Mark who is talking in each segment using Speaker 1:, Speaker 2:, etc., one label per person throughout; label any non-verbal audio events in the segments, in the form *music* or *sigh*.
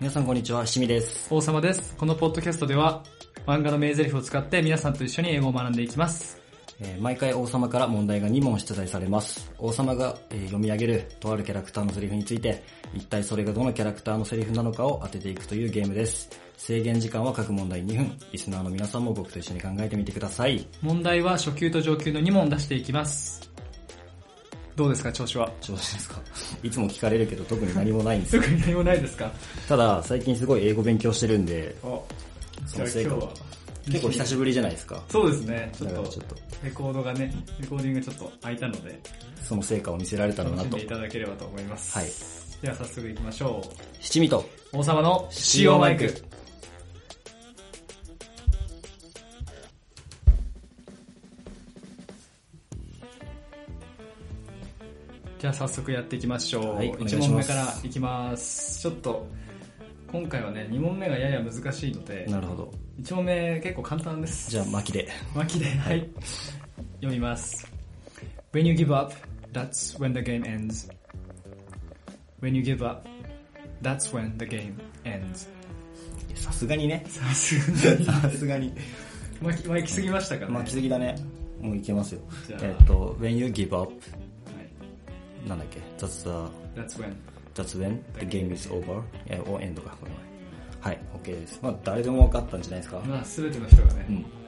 Speaker 1: 皆さんこんにちは、しみです。
Speaker 2: 王様です。このポッドキャストでは漫画の名台詞を使って皆さんと一緒に英語を学んでいきます。
Speaker 1: えー毎回王様から問題が2問出題されます。王様が、えー読み上げるとあるキャラクターのセリフについて、一体それがどのキャラクターのセリフなのかを当てていくというゲームです。制限時間は各問題2分。リスナーの皆さんも僕と一緒に考えてみてください。
Speaker 2: 問題は初級と上級の2問出していきます。どうですか、調子は。
Speaker 1: 調子ですかいつも聞かれるけど特に何もないんです *laughs*
Speaker 2: す
Speaker 1: よ
Speaker 2: ぐに何もないですか
Speaker 1: ただ、最近すごい英語勉強してるんで、
Speaker 2: お、じ
Speaker 1: そ
Speaker 2: ゃ
Speaker 1: の
Speaker 2: あ今
Speaker 1: 成
Speaker 2: 日
Speaker 1: 果
Speaker 2: は
Speaker 1: は。結構久しぶりじゃないですか。
Speaker 2: そうですね、ちょ
Speaker 1: だ
Speaker 2: っ
Speaker 1: から
Speaker 2: と
Speaker 1: ちょっと、
Speaker 2: レコードがね、レコーディングちょっと空いたので、
Speaker 1: その成果を見せられたら
Speaker 2: 楽
Speaker 1: な
Speaker 2: しん
Speaker 1: と
Speaker 2: でい。ただければと思います。
Speaker 1: はい。
Speaker 2: では早速行きましょ
Speaker 1: 七味と
Speaker 2: う。王様の使用マイク。じゃあ早速やっていきましょう。
Speaker 1: はいお願いし
Speaker 2: 1
Speaker 1: ます
Speaker 2: 問目からいきます。ちょっと、今回はね、2問目がやや難しいので、
Speaker 1: なるほど。
Speaker 2: 1問目結構簡単です。
Speaker 1: じゃあ、巻きで。
Speaker 2: 巻きで、はい。読みます。When you give up, that's when the game ends. When you give up, that's when the game ends.
Speaker 1: さすが
Speaker 2: *laughs*
Speaker 1: にね。
Speaker 2: さすがに。
Speaker 1: さすがに。
Speaker 2: 巻き、巻きすぎましたかね。
Speaker 1: 巻きすぎだね。もういけますよ
Speaker 2: じゃ。あ
Speaker 1: えっと、when you give up,
Speaker 2: はい。
Speaker 1: なんだっけ ?that's the,
Speaker 2: That's when.
Speaker 1: that's when the game is over, え、or end か、これは。はい、OK です。まあ、誰でも分かったんじゃないですか。
Speaker 2: まあ、すべての人がね、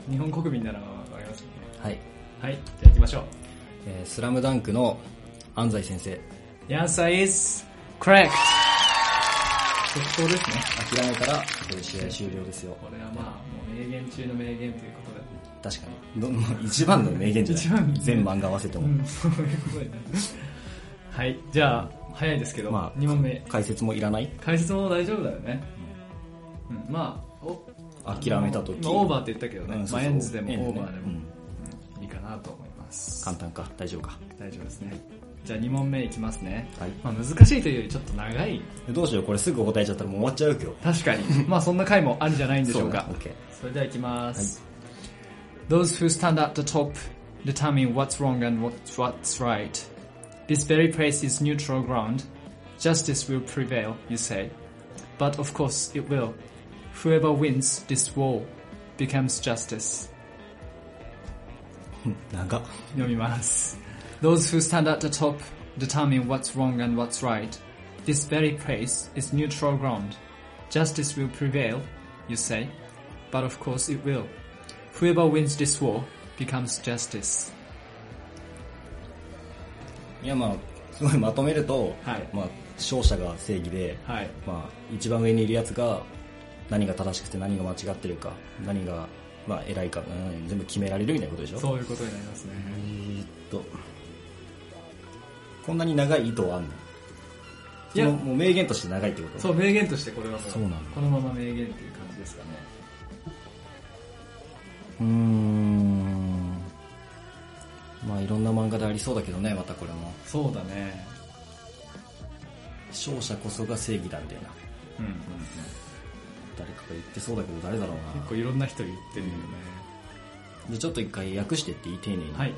Speaker 1: う
Speaker 2: 日本国民ならわかりますもんね。
Speaker 1: はい。
Speaker 2: はい。じゃあ行きましょう。
Speaker 1: えースラムダンクの安西先生。
Speaker 2: The answer is correct! 速報ですね。
Speaker 1: 諦めたら、これ試合終了ですよ。
Speaker 2: これはまあ、もう名言中の名言という
Speaker 1: *laughs*
Speaker 2: ことで。
Speaker 1: 確かに。ど *laughs* 一番の名言じゃ
Speaker 2: 一
Speaker 1: な
Speaker 2: 番
Speaker 1: い全漫画合わせても。
Speaker 2: うん、そういうことになる。はい、じゃあ、早いですけど、
Speaker 1: まあ
Speaker 2: 2問目。
Speaker 1: 解説もいらない
Speaker 2: 解説も大丈夫だよね。うん、まあ、お
Speaker 1: 諦めた時
Speaker 2: まあオーバーって言ったけどね、
Speaker 1: うんそう
Speaker 2: ま
Speaker 1: そう
Speaker 2: あ、エンズでも
Speaker 1: エンズね
Speaker 2: オーバーでも、
Speaker 1: うん
Speaker 2: うんいいかなと思います。
Speaker 1: 簡単か大丈夫か。
Speaker 2: 大丈夫ですね。じゃあ2問目いきますね。
Speaker 1: はい
Speaker 2: まあ、難しいというよりちょっと長い。
Speaker 1: どうしよう、これすぐ答えちゃったらもう終わっちゃうけど。
Speaker 2: 確かに。まあそんな回もあるんじゃないんでしょうか
Speaker 1: そ。だ OK。
Speaker 2: それではいきます。Those who stand at the top determine what's wrong and what's, what's right. This very place is neutral ground. Justice will prevail, you say. But of course it will. Whoever wins this war becomes justice.
Speaker 1: 長っ。
Speaker 2: 読みます。Those who stand at the top determine what's wrong and what's right. This very place is neutral ground. Justice will prevail, you say, but of course it will. Whoever wins this war becomes justice.
Speaker 1: いやまあ、すごいまとめると、
Speaker 2: はい
Speaker 1: まあ、勝者が正義で、
Speaker 2: はい。
Speaker 1: まあ、一番上にいるやつが、何が正しくて何が間違ってるか、何が、まあ、偉いか、うん全部決められるみたいなことでしょ
Speaker 2: そういうことになりますね。
Speaker 1: えーっと、こんなに長い意図はあんの
Speaker 2: いや
Speaker 1: そのもう名言として長いってこと
Speaker 2: そう、名言としてこれはもう
Speaker 1: そうなんだ
Speaker 2: このまま名言っていう感じですかね。
Speaker 1: うーん。まあ、いろんな漫画でありそうだけどね、またこれも。
Speaker 2: そうだね。
Speaker 1: 勝者こそが正義だみたいな。
Speaker 2: うん。
Speaker 1: 誰かが言ってそうだけど誰だろう
Speaker 2: 結構いろんな人言ってるよね。
Speaker 1: な。で、ちょっと一回訳してっていい丁寧に。
Speaker 2: はい。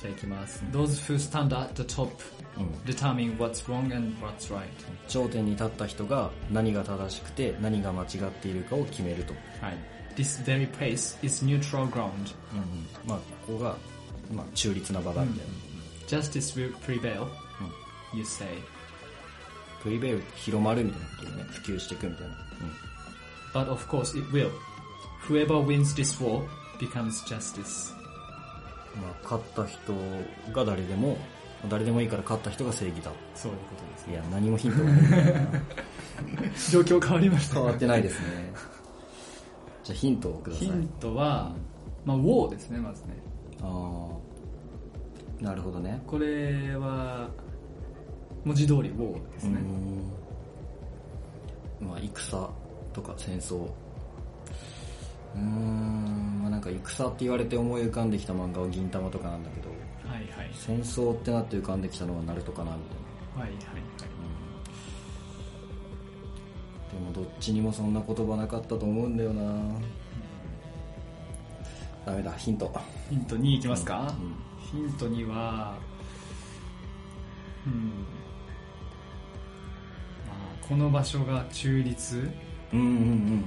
Speaker 2: じゃあいきます。Those who stand at the top
Speaker 1: うん。
Speaker 2: determine what's wrong and what's right.
Speaker 1: 頂点に立った人が何が正しくて何が間違っているかを決めると。
Speaker 2: はい。This very place is neutral ground.
Speaker 1: まあ、ここが、まあ、中立な場だみたいな。
Speaker 2: Justice will prevail,
Speaker 1: うん。
Speaker 2: you say.
Speaker 1: プリベール広まるみたいなことね。普及していくみたいな。
Speaker 2: But of course it will. Whoever wins this war becomes justice.
Speaker 1: うん。まあ、勝った人が誰でも、誰でもいいから勝った人が正義だ。
Speaker 2: そういうことです。
Speaker 1: いや、何もヒントがない。
Speaker 2: 状況変わりました。
Speaker 1: 変わってないです *laughs* ね。じゃあヒントをください
Speaker 2: ヒ。ントは、まあ、war ですね、まずね。
Speaker 1: ああ。なるほどね。
Speaker 2: これは、文字通り war ですね。
Speaker 1: うーんまあ、戦とか戦争。うーん、まあ、なんか戦って言われて思い浮かんできた漫画は銀玉とかなんだけど、
Speaker 2: はいはい。
Speaker 1: 戦争ってなって浮かんできたのはナルトかな、みたい
Speaker 2: はいはい。
Speaker 1: な。でもどっちにもそんな言葉なかったと思うんだよなダメだ、ヒント。
Speaker 2: ヒント2いきますか、
Speaker 1: うん
Speaker 2: ヒント2は、うん。まこの場所が中立
Speaker 1: うんうんうんうん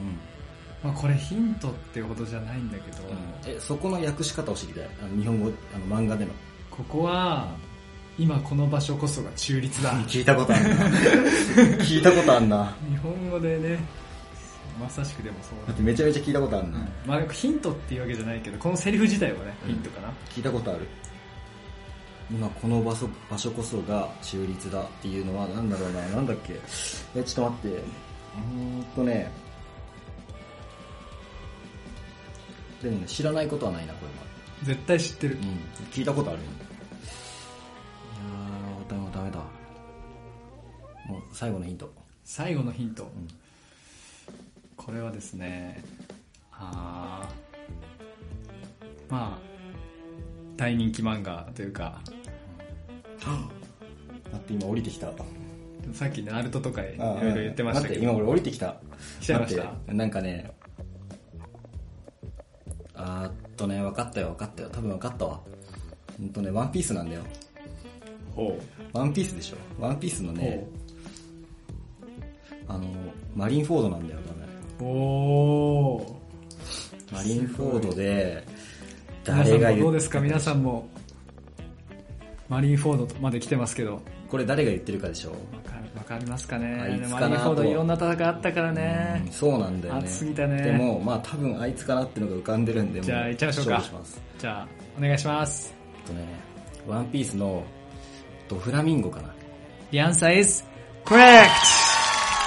Speaker 2: まあこれヒントってほどじゃないんだけど、
Speaker 1: えそこの訳し方を知りたいあの日本語あの漫画での
Speaker 2: ここは今この場所こそが中立だ
Speaker 1: 聞いたことあんな *laughs* 聞いたことあん *laughs* な
Speaker 2: *laughs* 日本語でねまさしくでもそう
Speaker 1: だ
Speaker 2: だ
Speaker 1: ってめちゃめちゃ聞いたことあんな
Speaker 2: まあヒントっていうわけじゃないけどこのセリフ自体はね
Speaker 1: うん
Speaker 2: ヒントかな、
Speaker 1: 聞いたことある今この場所場所こそが中立だっていうのはなんだろうななんだっけえちょっと待ってうーんとねでもね知らないことはないなこれ
Speaker 2: 絶対知ってる
Speaker 1: は、うん、聞いたことあるいやーダメダメだもう最後のヒント
Speaker 2: 最後のヒント、
Speaker 1: ん
Speaker 2: これはですねあーまあ大人気漫画というか
Speaker 1: 待って今降りてきた
Speaker 2: さっきナルトとかいろいろ言ってましたけ
Speaker 1: 待って今
Speaker 2: ど
Speaker 1: 俺降りてきた。
Speaker 2: 来ちゃいました
Speaker 1: 待ってなんかね、あーっとね、分かったよ分かったよ。多分分かったわ。うんとね、ワンピースなんだよ。
Speaker 2: ほ
Speaker 1: ワンピースでしょ。ワンピースの
Speaker 2: う
Speaker 1: ね、あの、マリンフォードなんだよ、多分。
Speaker 2: おお
Speaker 1: マリンフォードで、
Speaker 2: 皆さ
Speaker 1: 誰
Speaker 2: ん
Speaker 1: が
Speaker 2: もど
Speaker 1: 言
Speaker 2: う
Speaker 1: っ
Speaker 2: ですか皆さんもマリンフォードまで来てますけど
Speaker 1: これ誰が言ってるかでしょ。
Speaker 2: わかるわかりますかね
Speaker 1: あいつかな
Speaker 2: マリンフォード
Speaker 1: と
Speaker 2: いろんな戦いあったからね
Speaker 1: うんそうなんだよね。
Speaker 2: 熱すぎたね
Speaker 1: でも、まあ多分あいつかなってのが浮かんでるんで、
Speaker 2: じゃあ
Speaker 1: も
Speaker 2: 行っちゃいましょうか
Speaker 1: 勝負します。
Speaker 2: じゃあお願いします
Speaker 1: えっとね、ワンピースのドフラミンゴかな。
Speaker 2: The answer is correct!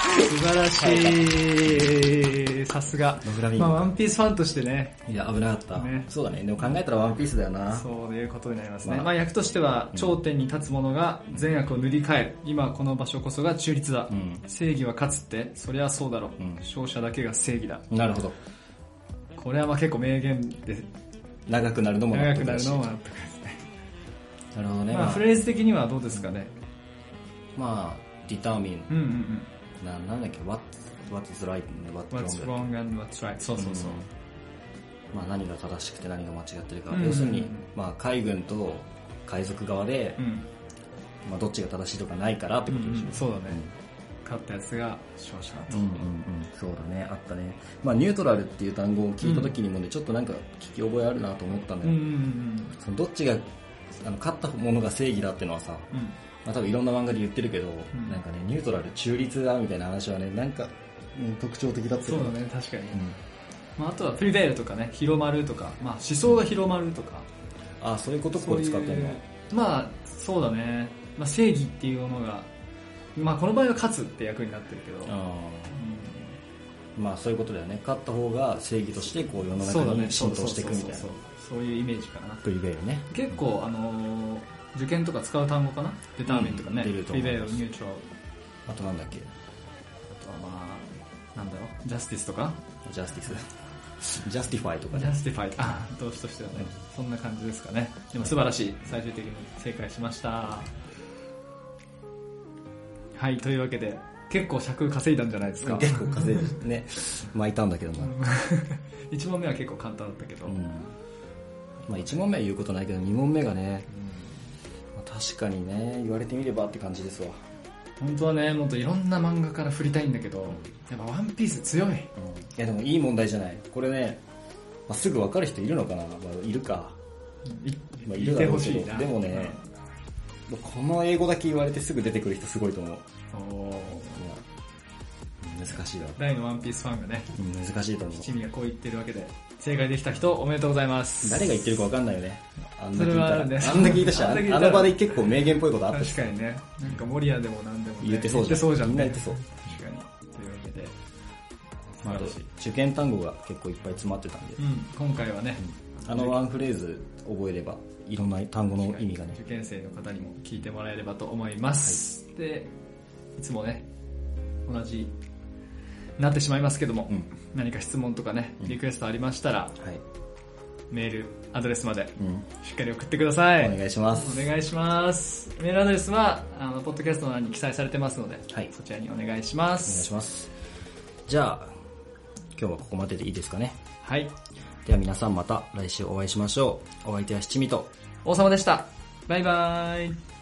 Speaker 2: 素晴らしい。さすが
Speaker 1: ドフラ。ミンゴ
Speaker 2: まあ、ワンピースファンとしてね、
Speaker 1: いや、危なかった、
Speaker 2: ね
Speaker 1: そうだね。でも考えたらワンピースだよな。
Speaker 2: そういうことになりますね。
Speaker 1: まあ
Speaker 2: まあ、役としては、頂点に立つ者が善悪を塗り替える。今この場所こそが中立だ。
Speaker 1: うん
Speaker 2: 正義は勝つって、そりゃそうだろ。
Speaker 1: うん
Speaker 2: 勝者だけが正義だ。
Speaker 1: なるほど。
Speaker 2: これはまあ結構名言で、
Speaker 1: 長くなるのも
Speaker 2: 長くな
Speaker 1: だ
Speaker 2: る
Speaker 1: し
Speaker 2: のも納得ですね。
Speaker 1: なるほどね。
Speaker 2: まあ、
Speaker 1: まあ
Speaker 2: フ、レーズ的にはどうですかね。
Speaker 1: まあ、ディターミン、
Speaker 2: うんうんうん。
Speaker 1: ななんだっけ、what, what's right and what's
Speaker 2: What's
Speaker 1: wrong.
Speaker 2: wrong and what's right. そうそうそう。
Speaker 1: まあ、何が正しくて何が間違ってるか。
Speaker 2: うん
Speaker 1: 要するに、まあ、海軍と海賊側で、
Speaker 2: うん。
Speaker 1: まあ、どっちが正しいとかないからってことでしょ。
Speaker 2: そうだね。勝ったやつが勝者だと。
Speaker 1: うんうんうん、そうだね、あったね。まあ、ニュートラルっていう単語を聞いた時にもね、ちょっとなんか聞き覚えあるなと思ったんだ
Speaker 2: う
Speaker 1: よ。
Speaker 2: んうん
Speaker 1: そのどっちが、あの、勝ったものが正義だってのはさ、
Speaker 2: うんうん。
Speaker 1: まあ、多分いろんな漫画で言ってるけど、
Speaker 2: ん
Speaker 1: なんかね、ニュートラル中立だみたいな話はね、なんか、うん特徴的だった
Speaker 2: そうだ
Speaker 1: ね。
Speaker 2: ね、確かに。
Speaker 1: うん
Speaker 2: まあ、あとはプリベールとかね、広まるとか、まあ、思想が広まるとか、
Speaker 1: あ、そういうこと
Speaker 2: そ
Speaker 1: こ
Speaker 2: う
Speaker 1: れ
Speaker 2: い
Speaker 1: 使ってんの
Speaker 2: う、まあ、そうだね、まあ、正義っていうものが、まあ、この場合は勝つって役になってるけど、うん
Speaker 1: あーまあそういうことだよね。勝った方が正義としてこう世の
Speaker 2: そうだ
Speaker 1: 中
Speaker 2: ね、
Speaker 1: に
Speaker 2: そ
Speaker 1: 浸
Speaker 2: うそ
Speaker 1: 透
Speaker 2: う
Speaker 1: し
Speaker 2: そ
Speaker 1: ていうくみたいな。
Speaker 2: そうそういうイメージかな。
Speaker 1: プリベールね。
Speaker 2: 結構、あのー受験とか使う単語かなデターミンとかね、
Speaker 1: うん出ると
Speaker 2: プ
Speaker 1: 思
Speaker 2: リ
Speaker 1: い
Speaker 2: ベ
Speaker 1: ます
Speaker 2: ール、ニュートラル、
Speaker 1: あとなんだっけ
Speaker 2: あとはまあ、なんだろう、ジャスティスとか、
Speaker 1: ジャスティス。 *laughs* ジャスティファイとか
Speaker 2: ジャ
Speaker 1: ね。
Speaker 2: スティファイド。あ、動詞としてはね、そんな感じですかね。でも素晴らしい。最終的に正解しました。はい、というわけで、結構尺稼いだんじゃない *laughs* ですか。
Speaker 1: 結構風邪ね、巻いたんだけどな。
Speaker 2: 1問目は結構簡単だったけど。
Speaker 1: うんまあ1問目は言うことないけど、2問目がね、まあ確かにね、言われてみればって感じですわ。
Speaker 2: 本当はね、もっといろんな漫画から振りたいんだけど、やっぱワンピース強い。
Speaker 1: いやでもいい問題じゃない。これね、まあ、すぐ分かる人いるのかな、まあ、いるか。
Speaker 2: い
Speaker 1: まあ、
Speaker 2: い
Speaker 1: るだ
Speaker 2: て
Speaker 1: ろ
Speaker 2: ほ
Speaker 1: うけ
Speaker 2: し
Speaker 1: ど
Speaker 2: いな。
Speaker 1: でもね、この英語だけ言われてすぐ出てくる人すごいと思う。も
Speaker 2: うん、おー
Speaker 1: う難しいわ。
Speaker 2: 大のワンピースファンがね、
Speaker 1: うん難しいと思う。
Speaker 2: チミがこう言ってるわけで、正解できた人おめでとうございます。
Speaker 1: 誰が言ってるか分かんないよね。あんな
Speaker 2: そ
Speaker 1: 聞
Speaker 2: れ
Speaker 1: い
Speaker 2: は
Speaker 1: た
Speaker 2: あるね
Speaker 1: ら。あんな聞いた
Speaker 2: *laughs*
Speaker 1: し、
Speaker 2: あん
Speaker 1: あ
Speaker 2: な聞いたら
Speaker 1: の場で結構名言っぽいことあ
Speaker 2: *laughs*
Speaker 1: ったし。
Speaker 2: 確かにね、なんか守谷でも何でも、ね、
Speaker 1: 言ってそうじゃん。
Speaker 2: じゃん、
Speaker 1: みん
Speaker 2: ね。
Speaker 1: な言ってそう。
Speaker 2: 確かに。というわけで、
Speaker 1: まああと
Speaker 2: 素晴らしい
Speaker 1: 受験単語が結構いっぱい詰まってたんで
Speaker 2: う、ん、今回はね、
Speaker 1: あのワンフレーズ覚えれば、いろんな単語の意味がね
Speaker 2: 受、験生の方にも聞いてもらえればと思います。で、いつもね、同じ、なってしまいますけども、
Speaker 1: うん
Speaker 2: 何か質問とかね、
Speaker 1: ん
Speaker 2: リクエストありましたら、
Speaker 1: はい。
Speaker 2: メール、アドレスまで、
Speaker 1: うん。
Speaker 2: しっかり送ってください。
Speaker 1: お願いします。
Speaker 2: お願いします。メールアドレスは、あの、ポッドキャストの欄に記載されてますので、
Speaker 1: はい
Speaker 2: そちらにお願いしま
Speaker 1: お願い
Speaker 2: す。
Speaker 1: します。じゃあ、今日はここまででいいですかね。
Speaker 2: はい。
Speaker 1: では皆さんまた来週お会いしましょう。お相手は七味と
Speaker 2: 王様でした。バイバイ。